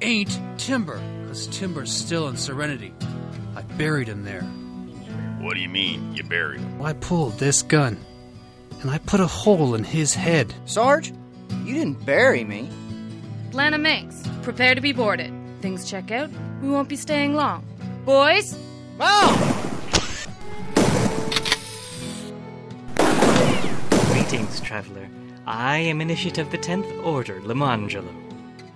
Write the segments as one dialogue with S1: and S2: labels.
S1: ain't Timber, 'cause Timber's still in Serenity. I buried him there.
S2: What do you mean, you buried him?
S1: I pulled this gun, and I put a hole in his head.
S3: Sarge, you didn't bury me.
S4: Lana Manx, prepare to be boarded. Things check out. We won't be staying long. Boys?
S3: Oh!
S5: Greetings, traveler. I am initiate of the Tenth Order, Lamangelo.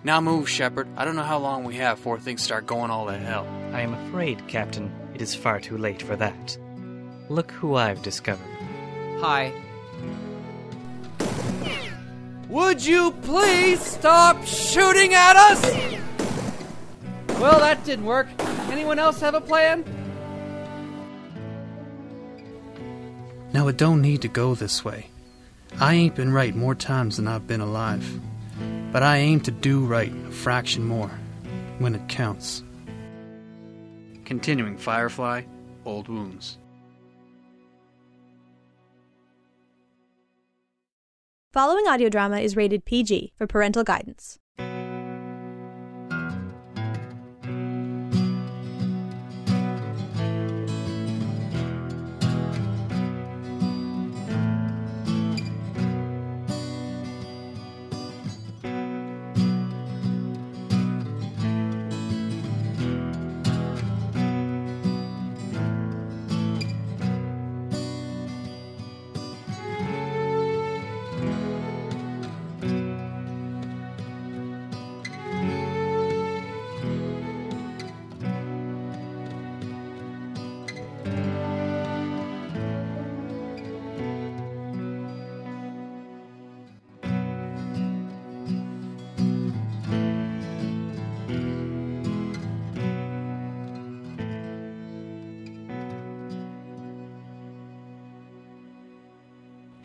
S1: Now move, Shepard. I don't know how long we have before things start going all to hell.
S5: I am afraid, Captain, it is far too late for that. Look who I've discovered.
S6: Hi. Would you please stop shooting at us? Well, that didn't work. Anyone else have a plan?
S1: Now it don't need to go this way. I ain't been right more times than I've been alive. But I aim to do right a fraction more when it counts. Continuing Firefly, Old Wounds.
S7: Following audio drama is rated PG for parental guidance.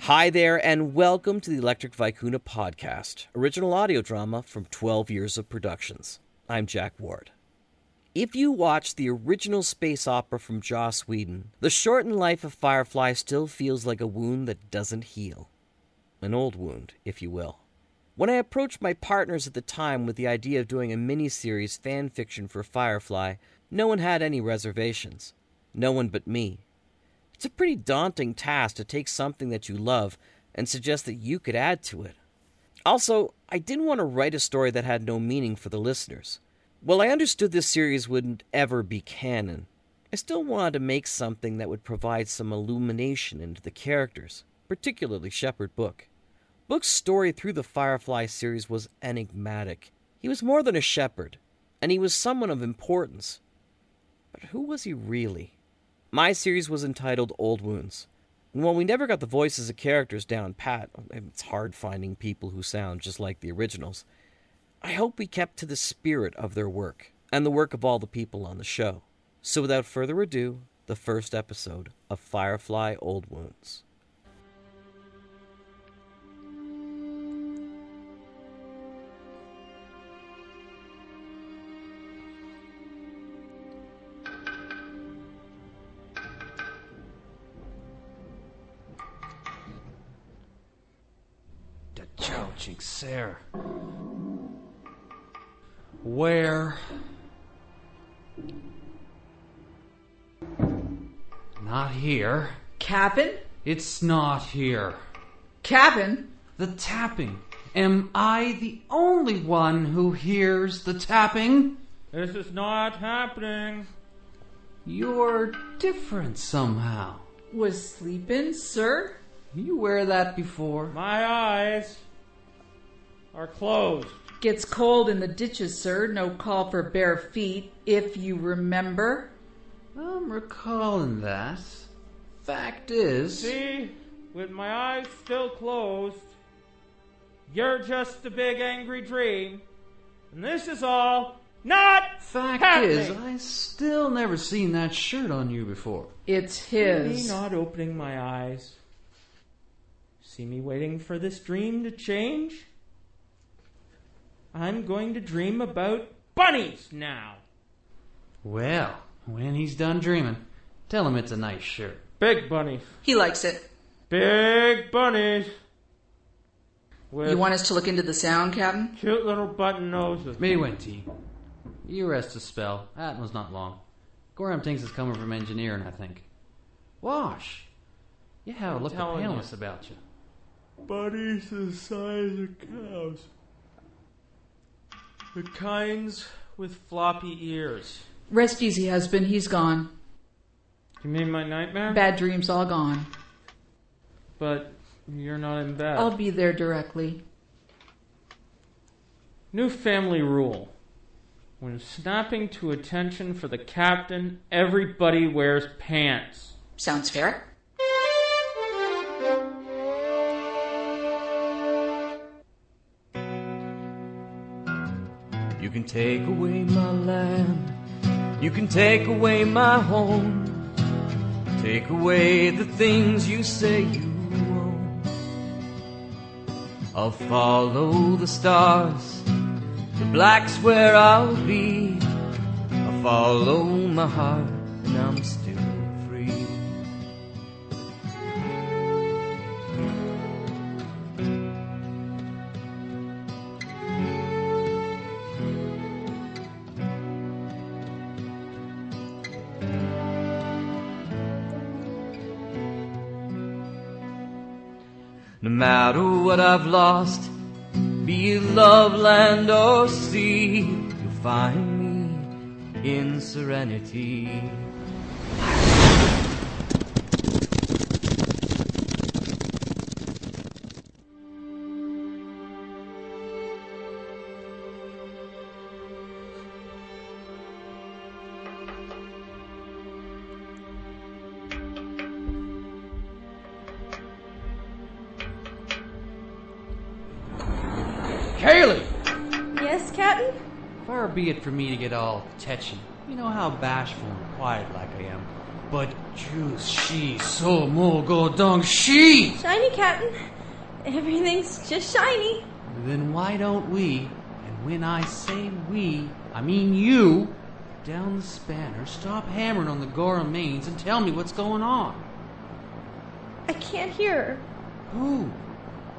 S8: Hi there, and welcome to the Electric Vicuna podcast, original audio drama from 12 years of productions. I'm Jack Ward. If you watched the original space opera from Joss Whedon, the shortened life of Firefly still feels like a wound that doesn't heal. An old wound, if you will. When I approached my partners at the time with the idea of doing a miniseries fan fiction for Firefly, no one had any reservations. No one but me. It's a pretty daunting task to take something that you love and suggest that you could add to it. Also, I didn't want to write a story that had no meaning for the listeners. While I understood this series wouldn't ever be canon, I still wanted to make something that would provide some illumination into the characters, particularly Shepherd Book. Book's story through the Firefly series was enigmatic. He was more than a shepherd, and he was someone of importance. But who was he really? My series was entitled Old Wounds. And while we never got the voices of characters down pat, it's hard finding people who sound just like the originals, I hope we kept to the spirit of their work and the work of all the people on the show. So without further ado, the first episode of Firefly Old Wounds.
S9: The challenging sir. Where? Not here.
S10: Cap'n?
S9: It's not here.
S10: Cap'n?
S9: The tapping. Am I the only one who hears the tapping?
S11: This is not happening.
S9: You're different somehow.
S10: Was sleeping, sir?
S9: You wear that before?
S11: My eyes are closed.
S10: Gets cold in the ditches, sir. No call for bare feet, if you remember.
S9: I'm recalling that. Fact is,
S11: See, with my eyes still closed, you're just a big angry dream. And this is all not
S9: fact
S11: happening.
S9: is, I still never seen that shirt on you before.
S10: It's
S11: See
S10: his.
S11: me not opening my eyes. See me waiting for this dream to change? I'm going to dream about bunnies now.
S9: Well, when he's done dreaming, tell him it's a nice shirt.
S11: Big bunnies.
S10: He likes it.
S11: Big bunnies. With
S10: You want us to look into the sound, Cap'n?
S11: cute little button noses.
S9: Midwin team, You rest a spell. That was not long. Gorham thinks it's coming from engineering, I think. Wash, you have a look of
S12: telling you.
S9: paleness about you.
S11: Buddy's the size of cows. The kinds with floppy ears.
S10: Rest easy, husband. He's gone.
S11: You mean my nightmare?
S10: Bad dreams all gone.
S11: But you're not in bed.
S10: I'll be there directly.
S11: New family rule. When snapping to attention for the captain, everybody wears pants.
S10: Sounds fair.
S13: You can take away my land. You can take away my home. Take away the things you say you own. I'll follow the stars. The black's where I'll be. I'll follow my heart, and I'm still free. No matter what I've lost, be it love, land, or sea, you'll find me in serenity.
S9: Kaylee!
S7: Yes, Captain?
S9: Far be it for me to get all touchy. You know how bashful and quiet like I am. But juice, she, so mo go dong, she!
S7: Shiny, Captain. Everything's just shiny.
S9: Then why don't we, and when I say we, I mean you, down the spanner, stop hammering on the Gora mains and tell me what's going on?
S7: I can't hear her.
S9: Who?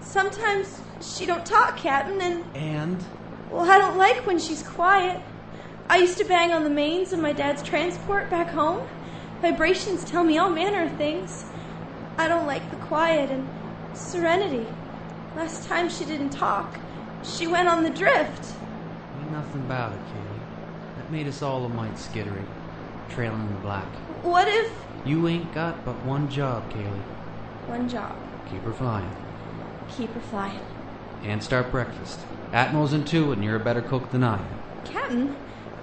S7: Sometimes she don't talk, Captain, and
S9: And?
S7: well, I don't like when she's quiet. I used to bang on the mains in my dad's transport back home. Vibrations tell me all manner of things. I don't like the quiet and serenity. Last time she didn't talk, she went on the drift.
S9: Ain't nothing about it, Kaylee. That made us all a mite skittery, trailing in the black.
S7: What if
S9: You ain't got but one job, Kaylee.
S7: one job?
S9: Keep her flying.
S7: Keep her flying.
S9: And start breakfast. Atmo's in two, and you're a better cook than I am.
S7: Captain,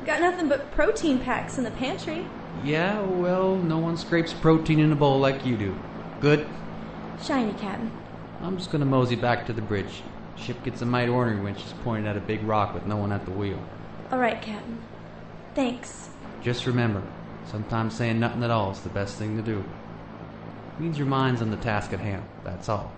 S7: got nothing but protein packs in the pantry.
S9: Yeah, well, no one scrapes protein in a bowl like you do. Good.
S7: Shiny, Captain.
S9: I'm just gonna mosey back to the bridge. Ship gets a mite ornery when she's pointing at a big rock with no one at the wheel.
S7: All right, Captain. Thanks.
S9: Just remember, sometimes saying nothing at all is the best thing to do. Means your mind's on the task at hand, that's all.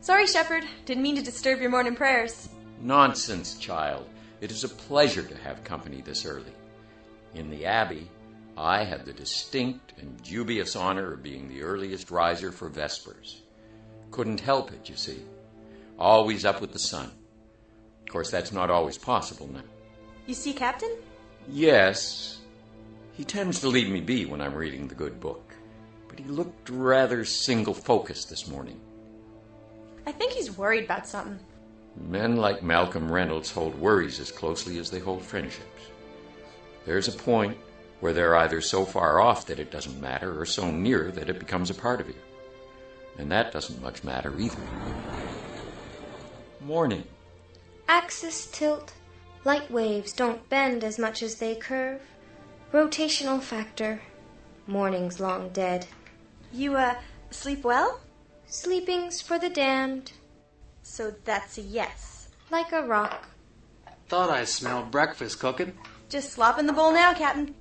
S7: Sorry, Shepard. Didn't mean to disturb your morning prayers.
S14: Nonsense, child. It is a pleasure to have company this early. In the Abbey, I had the distinct and dubious honor of being the earliest riser for Vespers. Couldn't help it, you see. Always up with the sun. Of course, that's not always possible now.
S7: You see, Captain?
S14: Yes, he tends to leave me be when I'm reading the good book, but he looked rather single focused this morning.
S7: I think he's worried about something.
S14: Men like Malcolm Reynolds hold worries as closely as they hold friendships. There's a point where they're either so far off that it doesn't matter or so near that it becomes a part of you. And that doesn't much matter either. Morning.
S6: Axis tilt. Light waves don't bend as much as they curve. Rotational factor. Morning's long dead.
S7: You, uh, sleep well?
S6: Sleeping's for the damned.
S7: So that's a yes.
S6: Like a rock.
S9: Thought I smelled breakfast cooking.
S7: Just slop in the bowl now, Captain.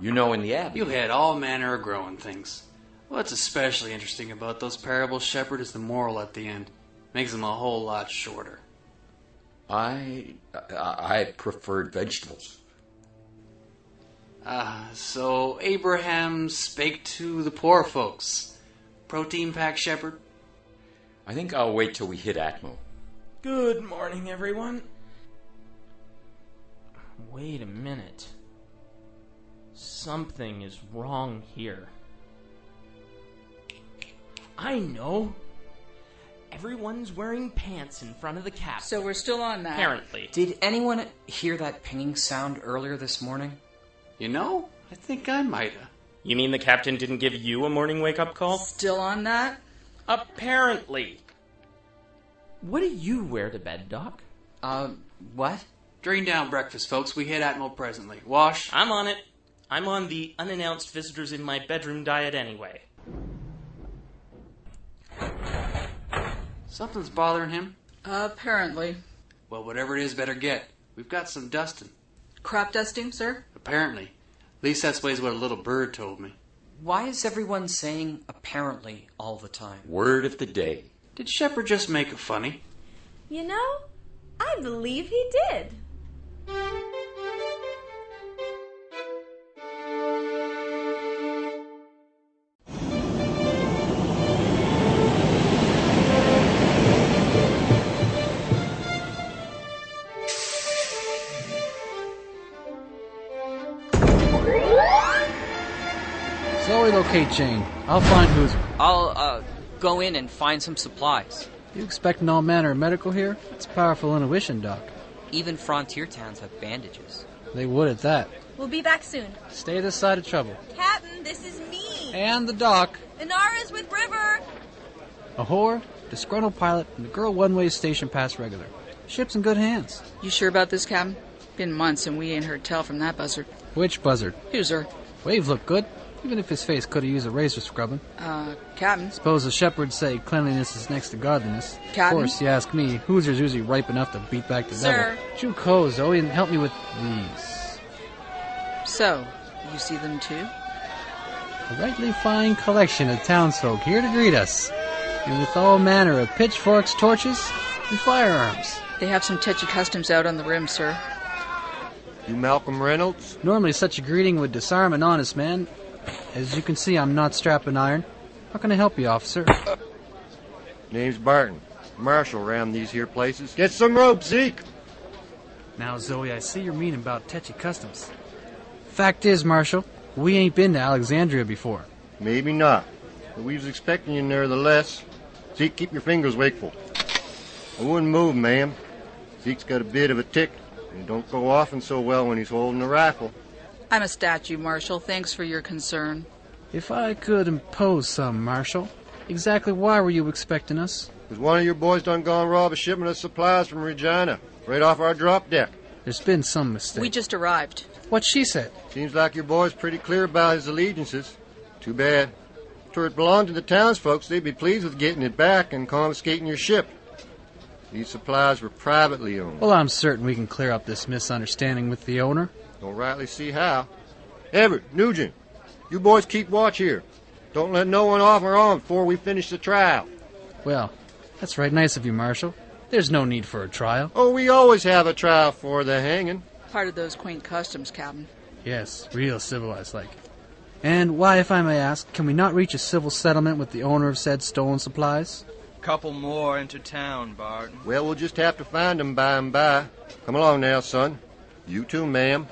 S14: You know in the Abbey.
S9: You had all manner of growing things. What's especially interesting about those parables, Shepherd, is the moral at the end. Makes them a whole lot shorter.
S14: I I, I preferred vegetables.
S15: Ah, so Abraham spake to the poor folks. Protein pack shepherd.
S14: I think I'll wait till we hit Atmo.
S16: Good morning, everyone. Wait a minute. Something is wrong here. I know. Everyone's wearing pants in front of the captain.
S10: So we're still on that.
S16: Apparently.
S12: Did anyone hear that pinging sound earlier this morning?
S15: You know, I think I might have.
S16: You mean the captain didn't give you a morning wake up call?
S10: Still on that?
S16: Apparently. What do you wear to bed, Doc?
S12: Uh, what?
S15: Drain down breakfast, folks. We hit Atmo presently. Wash.
S16: I'm on it. I'm on the unannounced visitors in my bedroom diet anyway.
S15: Something's bothering him.
S10: Apparently.
S15: Well, whatever it is, better get. We've got some dusting.
S10: Crop dusting, sir?
S15: Apparently. At least that's ways what a little bird told me.
S12: Why is everyone saying apparently all the time?
S14: Word of the day.
S15: Did Shepard just make a funny?
S7: You know, I believe he did.
S9: Slowly locate Jane. I'll find who's.
S12: I'll, uh, go in and find some supplies.
S9: You expecting all manner of medical here? It's powerful intuition, Doc.
S12: Even frontier towns have bandages.
S9: They would at that.
S7: We'll be back soon.
S9: Stay this side of trouble.
S7: Captain, this is me.
S9: And the Doc,
S7: Inara's with River.
S9: a whore, disgruntled pilot, and the girl one-way station pass regular. Ship's in good hands.
S10: You sure about this, Captain? Been months and we ain't heard tell from that buzzard.
S9: Which buzzard?
S10: Here's her.
S9: Wave looked good, even if his face could have used a razor scrubbing.
S10: Uh, Captain?
S9: Suppose the shepherds say cleanliness is next to godliness.
S10: Captain?
S9: Of course, you ask me, Hoosier's usually ripe enough to beat back the
S10: Sir.
S9: devil. Juco's, though, and help me with these.
S10: So, you see them too?
S9: A rightly fine collection of townsfolk here to greet us, and with all manner of pitchforks, torches, and firearms.
S10: They have some touchy customs out on the rim, sir.
S9: You Malcolm Reynolds? Normally, such a greeting would disarm an honest man. As you can see, I'm not strapping iron. How can I help you, officer?
S17: Name's Barton. Marshal around these here places. Get some rope, Zeke.
S9: Now, Zoe, I see you're mean about Tetchy Customs. Fact is, Marshal, we ain't been to Alexandria before.
S17: Maybe not. But we was expecting you nevertheless. Zeke, keep your fingers wakeful. I wouldn't move, ma'am. Zeke's got a bit of a tick, and it don't go often so well when he's holding a rifle.
S10: I'm a statue, Marshal. Thanks for your concern.
S9: If I could impose some, Marshal, exactly why were you expecting us?
S17: Was one of your boys done gone rob a shipment of supplies from Regina, right off our drop deck?
S9: There's been some mistake.
S10: We just arrived.
S9: What she said?
S17: Seems like your boy's pretty clear about his allegiances. Too bad. If it belonged to the townsfolks, they'd be pleased with getting it back and confiscating your ship. These supplies were privately owned.
S9: Well, I'm certain we can clear up this misunderstanding with the owner.
S17: Don't rightly see how. Everett, Nugent, you boys keep watch here. Don't let no one off or on before we finish the trial.
S9: Well, that's right nice of you, Marshal. There's no need for a trial.
S17: Oh, we always have a trial for the hanging.
S10: Part of those quaint customs, Captain.
S9: Yes, real civilized like. And why, if I may ask, can we not reach a civil settlement with the owner of said stolen supplies?
S18: Couple more into town, Barton.
S17: Well, we'll just have to find 'em by and by. Come along now, son. You too, ma'am.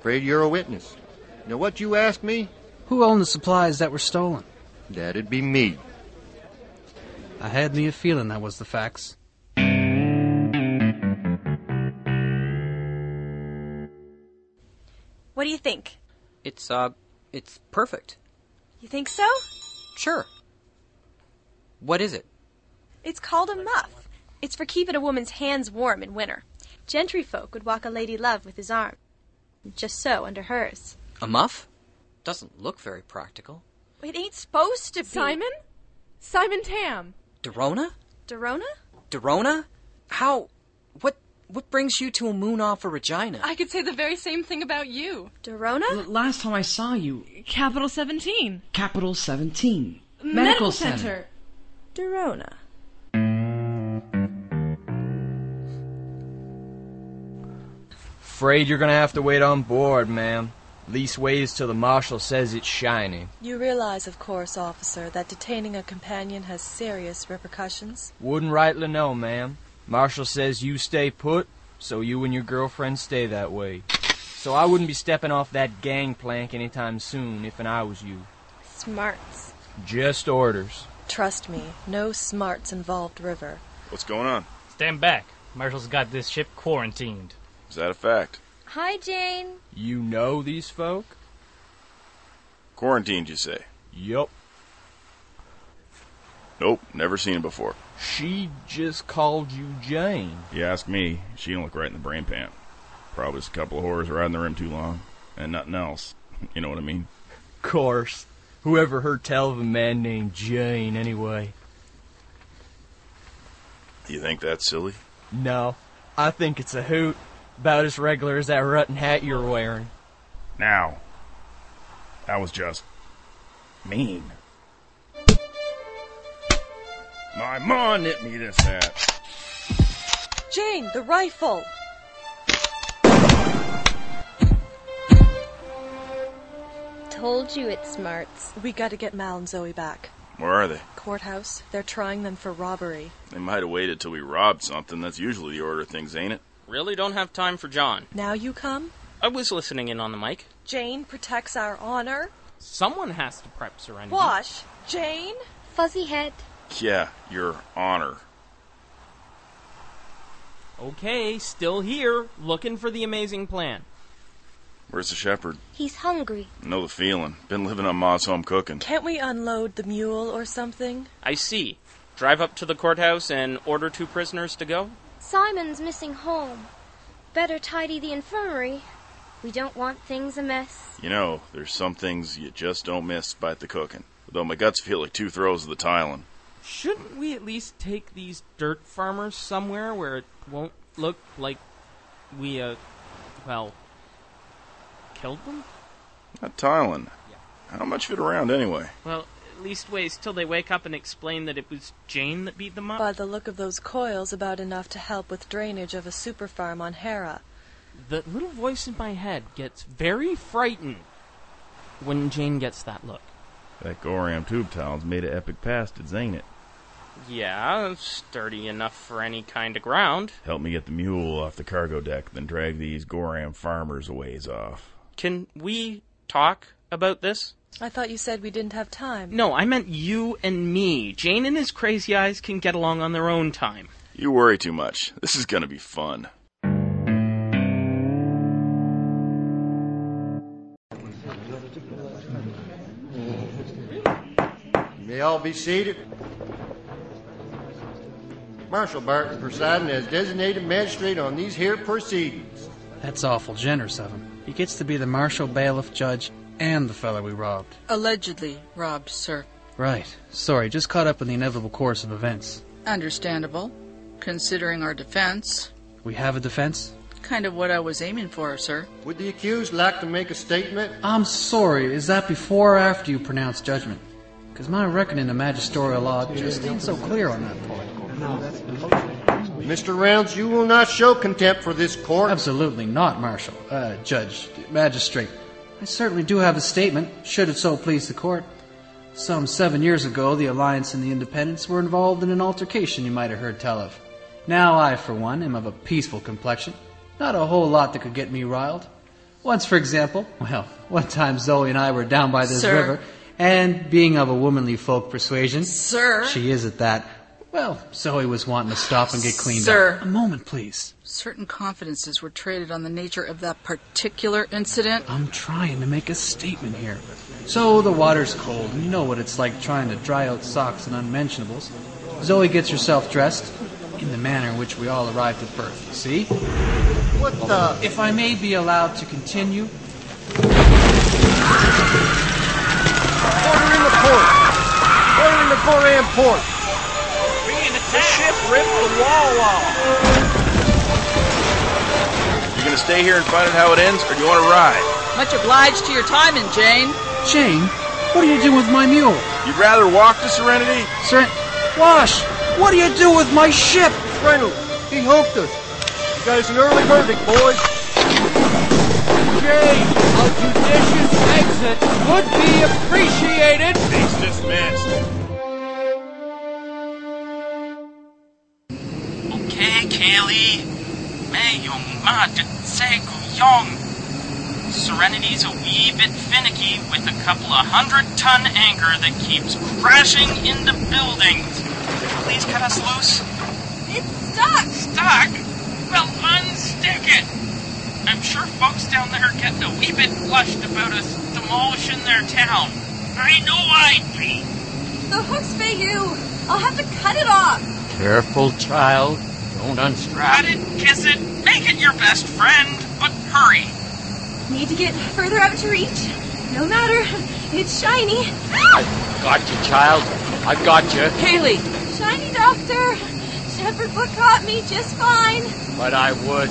S17: Afraid you're a witness. Now, what you asked me?
S9: Who owned the supplies that were stolen?
S17: That'd be me.
S9: I had me a feeling that was the facts.
S19: What do you think?
S12: It's, uh, it's perfect.
S19: You think so?
S12: Sure. What is it?
S19: It's called a muff. It's for keeping a woman's hands warm in winter. Gentry folk would walk a lady love with his arm. Just so under hers.
S12: A muff? Doesn't look very practical.
S19: It ain't supposed to be.
S20: Simon? Simon Tam.
S12: Dorona?
S19: Dorona?
S12: Dorona? How? What? What brings you to a moon off of Regina?
S20: I could say the very same thing about you.
S19: Dorona?
S21: Last time I saw you,
S20: Capital 17.
S21: Capital 17.
S20: Medical, Center.
S19: Dorona.
S18: Afraid you're gonna have to wait on board, ma'am.
S22: Leastways till the marshal says it's shiny.
S5: You realize, of course, officer, that detaining a companion has serious repercussions?
S22: Wouldn't rightly know, ma'am. Marshal says you stay put, so you and your girlfriend stay that way. So I wouldn't be stepping off that gangplank anytime soon if and I was you.
S5: Smarts.
S22: Just orders.
S5: Trust me, no smarts involved, River.
S2: What's going on?
S23: Stand back. Marshall's got this ship quarantined.
S2: Is that a fact?
S23: Hi, Jane.
S22: You know these folk?
S2: Quarantined, you say?
S22: Yup.
S2: Nope, never seen him before.
S22: She just called you Jane.
S2: You ask me, she don't look right in the brain pan. Probably just a couple of whores riding the rim too long, and nothing else. You know what I mean?
S22: Course. Whoever heard tell of a man named Jane, anyway?
S2: You think that's silly?
S22: No, I think it's a hoot. About as regular as that rotten hat you're wearing.
S2: Now, that was just mean. My ma knit me this hat.
S5: Jane, the rifle!
S19: Told you it's smarts.
S5: We gotta get Mal and Zoe back.
S2: Where are they?
S5: Courthouse, they're trying them for robbery.
S2: They might have waited till we robbed something. That's usually the order of things, ain't it?
S11: Really don't have time for John.
S5: Now you come?
S11: I was listening in on the mic.
S5: Jane protects our honor.
S11: Someone has to prep Serenity.
S5: Wash, Jane?
S19: Fuzzy head.
S2: Yeah, your honor.
S11: Okay, still here, looking for the amazing plan.
S2: Where's the shepherd?
S19: He's hungry.
S2: Know the feeling. Been living on Ma's home cooking.
S5: Can't we unload the mule or something?
S11: I see. Drive up to the courthouse and order two prisoners to go?
S6: Simon's missing home. Better tidy the infirmary. We don't want things a mess.
S2: You know, there's some things you just don't miss despite the cooking. Though my guts feel like two throws of the tiling.
S11: Shouldn't we at least take these dirt farmers somewhere where it won't look like we, uh, well, killed them?
S2: Not tiling. How much of it around anyway?
S11: Well, at least ways till they wake up and explain that it was Jane that beat them up.
S5: By the look of those coils, about enough to help with drainage of a super farm on Hera.
S11: The little voice in my head gets very frightened when Jane gets that look.
S2: That Goram tube tile's made of epic pastids, ain't it?
S11: Yeah, sturdy enough for any kind of ground.
S2: Help me get the mule off the cargo deck, then drag these Goram farmers a ways off.
S11: Can we talk about this?
S5: I thought you said we didn't have time.
S11: No, I meant you and me. Jane and his crazy eyes can get along on their own time.
S2: You worry too much. This is gonna be fun.
S17: You may all be seated. Marshal Barton presiding as designated magistrate on these here proceedings.
S9: That's awful generous of him. He gets to be the marshal, bailiff, judge, and the fellow we robbed.
S10: Allegedly robbed, sir.
S9: Right. Sorry, just caught up in the inevitable course of events.
S10: Understandable, considering our defense.
S9: We have a defense?
S10: Kind of what I was aiming for, sir.
S17: Would the accused like to make a statement?
S9: I'm sorry, is that before or after you pronounce judgment? Because my reckoning the magisterial law just ain't so clear on that point.
S17: Mr. Rounds, you will not show contempt for this court.
S9: Absolutely not, Marshal. Uh, judge, magistrate. I certainly do have a statement, should it so please the court. Some seven years ago, the Alliance and the Independents were involved in an altercation you might have heard tell of. Now I, for one, am of a peaceful complexion. Not a whole lot that could get me riled. Once, for example, well, one time Zoe and I were down by this
S10: Sir.
S9: river, and being of a womanly folk persuasion,
S10: Sir.
S9: she is at that. Well, Zoe was wanting to stop and get cleaned
S10: Sir.
S9: up. A moment, please.
S10: Certain confidences were traded on the nature of that particular incident.
S9: I'm trying to make a statement here. So the water's cold, and you know what it's like trying to dry out socks and unmentionables. Zoe gets herself dressed in the manner in which we all arrived at birth. See?
S17: What the?
S9: If I may be allowed to continue,
S17: Order in the port! Order in the Goram port!
S24: The ship ripped the wall off.
S2: You gonna stay here and find out how it ends, or do you want to ride?
S10: Much obliged to your timing, Jane.
S9: Jane, what are you doing with my mule?
S2: You'd rather walk to Serenity?
S9: Sir, Wash, what do you do with my ship?
S17: Reynolds, he hooked us. You got us an early verdict, boys. Jane, how'd you expeditious exit would be appreciated.
S2: Case dismissed.
S11: Okay, Kaylee. May your mud say guyong. Serenity's a wee bit finicky with a couple of hundred ton anchor that keeps crashing into buildings. Please cut us loose. It's stuck! Stuck? Well, unstick it! I'm sure folks down there are getting a wee bit flushed about us demolishing their town. I know I'd be.
S7: The hooks for you. I'll have to cut it off.
S14: Careful, child. Don't unstrap.
S11: Cut it, kiss it, make it your best friend, but hurry.
S7: Need to get further out to reach. No matter. It's shiny.
S14: I've got you, child. I've got you.
S7: Kaylee. Shiny doctor. Shepherd Book caught me just fine.
S14: But I would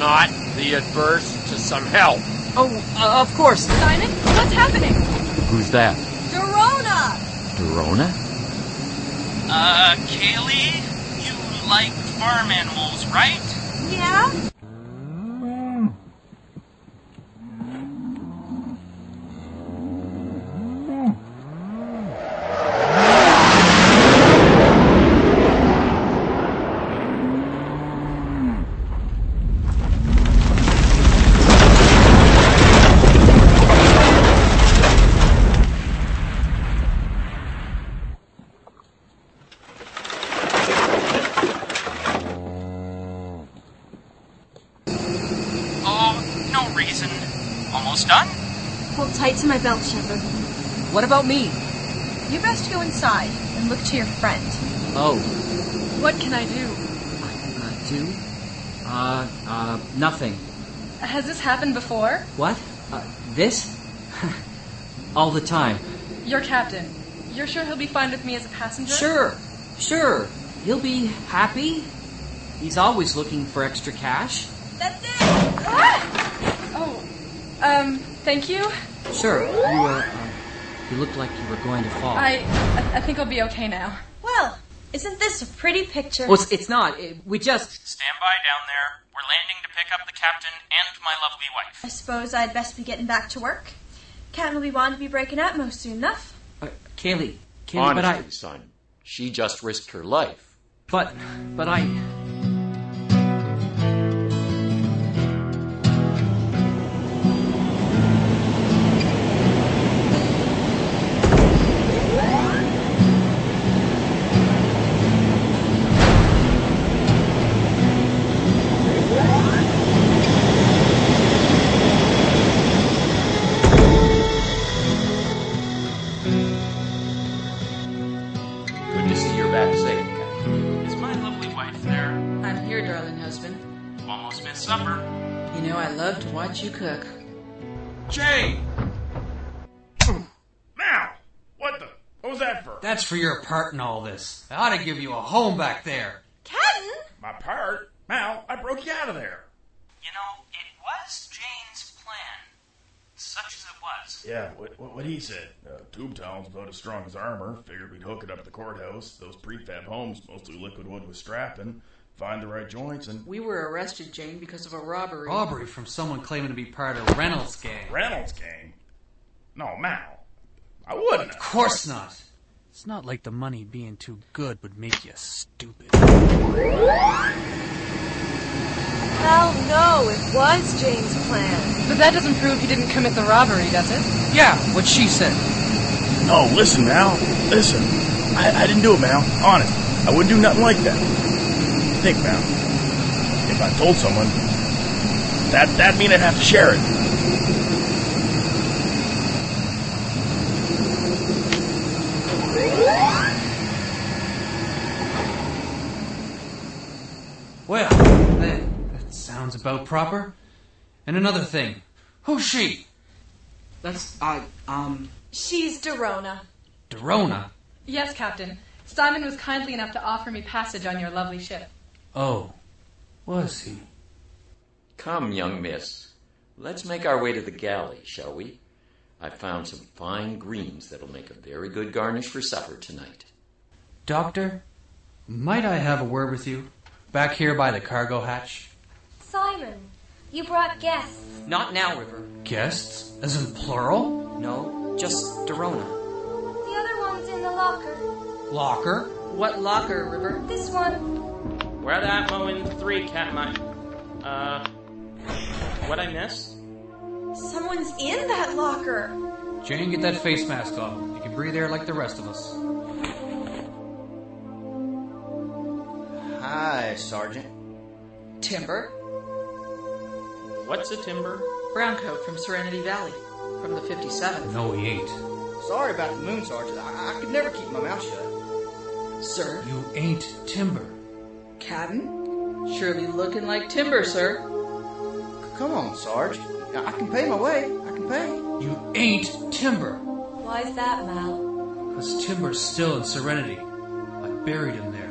S14: not be adverse to some help.
S7: Oh, uh, of course. Simon, what's happening?
S14: Who's that?
S7: Dorona!
S14: Dorona?
S11: Uh, Kaylee, you like farm animals, right?
S7: Yeah?
S11: Oh, no reason. Almost done?
S7: Hold tight to my belt, Shepherd.
S25: What about me?
S7: You best go inside and look to your friend.
S12: Oh,
S7: What can I do?
S12: uh, two? Uh, uh, nothing.
S7: Has this happened before?
S12: What? Uh, this? All the time.
S7: Your captain. You're sure he'll be fine with me as a passenger?
S12: Sure, sure. He'll be happy. He's always looking for extra cash.
S7: That's it! Ah! Oh, um, thank you.
S12: Sure, you, uh, uh, you looked like you were going to fall.
S7: I, I- I think I'll be okay now.
S26: Well, isn't this a pretty picture?
S12: Well, it's, it's not. It- we just.
S11: Stand by down there. We're landing to pick up the captain and my lovely wife.
S7: I suppose I'd best be getting back to work. Captain will be wanting to be breaking up most soon enough.
S12: Kaylee. Kaylee,
S14: Honestly,
S12: but I.
S14: son, she just risked her life.
S12: But, but I.
S14: Good to see you're back safe, Captain.
S11: Is my lovely wife there?
S10: I'm here, darling husband.
S11: You almost missed supper.
S10: You know I love to watch you cook.
S11: Jay!
S27: Now! What the? What was that for?
S9: That's for your part in all this. I ought to give you a home back there.
S7: Captain!
S27: My part? Mal, I broke you out of there.
S11: You know, it was Jane's plan. Such as it was.
S2: Yeah, what, what, what he said. Uh, tube towels about as strong as armor. Figured we'd hook it up at the courthouse. Those prefab homes, mostly liquid wood with strapping. Find the right joints and.
S10: We were arrested, Jane, because of a robbery.
S9: Robbery from someone claiming to be part of Reynolds' gang.
S2: Reynolds' gang? No, Mal. I wouldn't.
S9: Of course not. It's not like the money being too good would make you stupid.
S28: Hell no, it was Jane's plan.
S29: But that doesn't prove he didn't commit the robbery, does it?
S9: Yeah, what she said.
S2: No, listen, Mal. Listen. I, I didn't do it, Mal. Honest. I wouldn't do nothing like that. Think, Mal. If I told someone, that, that'd mean I'd have to share it.
S9: Well, that, that sounds about proper. And another thing. Who's she?
S12: That's. I. Um.
S7: She's Dorona.
S9: Dorona?
S30: Yes, Captain. Simon was kindly enough to offer me passage on your lovely ship.
S9: Oh, was he?
S14: Come, young miss. Let's make our way to the galley, shall we? I've found some fine greens that'll make a very good garnish for supper tonight.
S9: Doctor, might I have a word with you? Back here by the cargo hatch?
S6: Simon, you brought guests.
S12: Not now, River.
S9: Guests? As in plural?
S8: No, just Dorona.
S6: The other one's in the locker.
S9: Locker?
S10: What locker, River?
S6: This one.
S11: Where that Moen 3 cat might. Uh. What I missed?
S7: Someone's in that locker.
S9: Jane, get that face mask off. You can breathe air like the rest of us.
S8: Hi, Sergeant.
S10: Timber.
S11: What's a timber?
S10: Browncoat from Serenity Valley, from the 57th.
S9: No, he ain't.
S8: Sorry about the moon, Sergeant. I, I could never keep my mouth shut.
S10: Sir.
S9: You ain't Timber.
S10: Cadden? Surely looking like Timber, sir.
S8: Come on, Sarge. I can pay my way. I can pay.
S9: You ain't Timber.
S7: Why's that, Mal?
S9: Because Timber's still in Serenity. I buried him there.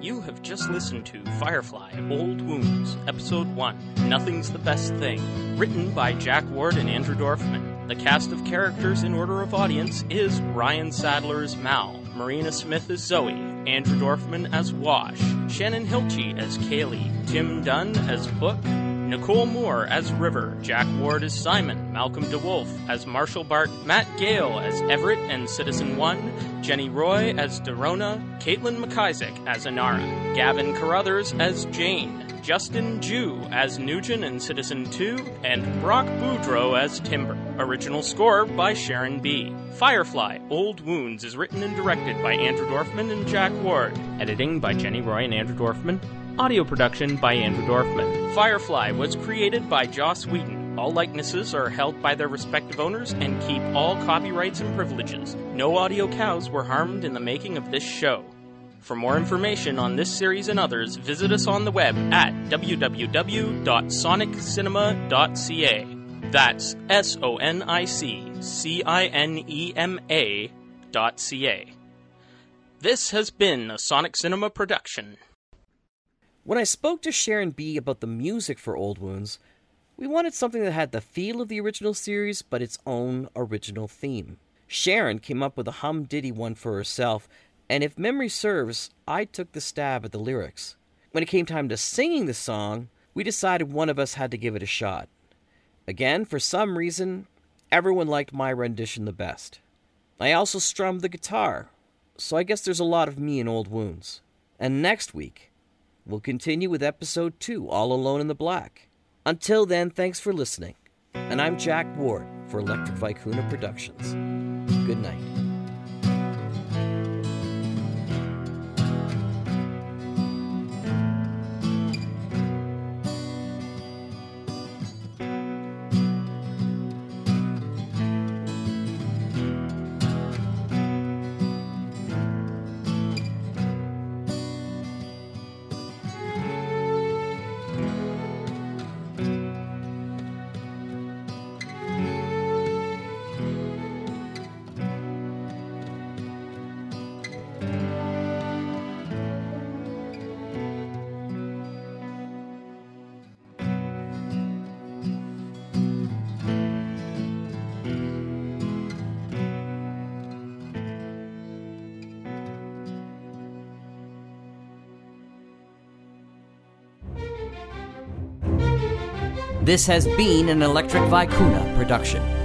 S11: You have just listened to Firefly Old Wounds, Episode 1 Nothing's the Best Thing, written by Jack Ward and Andrew Dorfman. The cast of characters in order of audience is Ryan Sadler as Mal, Marina Smith as Zoe, Andrew Dorfman as Wash, Shannon Hilchey as Kaylee, Tim Dunn as Book, Nicole Moore as River, Jack Ward as Simon, Malcolm DeWolf as Marshall Bart, Matt Gale as Everett and Citizen One, Jenny Roy as Dorona, Caitlin McIsaac as Anara, Gavin Carruthers as Jane, Justin Jew as Nugent and Citizen 2, and Brock Boudreau as Timber. Original score by Sharon B. Firefly Old Wounds is written and directed by Andrew Dorfman and Jack Ward. Editing by Jenny Roy and Andrew Dorfman. Audio production by Andrew Dorfman. Firefly was created by Joss Whedon. All likenesses are held by their respective owners and keep all copyrights and privileges. No audio cows were harmed in the making of this show. For more information on this series and others, visit us on the web at www.soniccinema.ca. That's S O N I C C I N E M A dot C A. This has been a Sonic Cinema production.
S8: When I spoke to Sharon B about the music for Old Wounds, we wanted something that had the feel of the original series but its own original theme. Sharon came up with a humdiddy one for herself, and if memory serves, I took the stab at the lyrics. When it came time to singing the song, we decided one of us had to give it a shot. Again, for some reason, everyone liked my rendition the best. I also strummed the guitar, so I guess there's a lot of me in old wounds. And next week, we'll continue with episode 2 All Alone in the Black. Until then, thanks for listening. And I'm Jack Ward for Electric Vicuna Productions. Good night. This has been an Electric Vicuna production.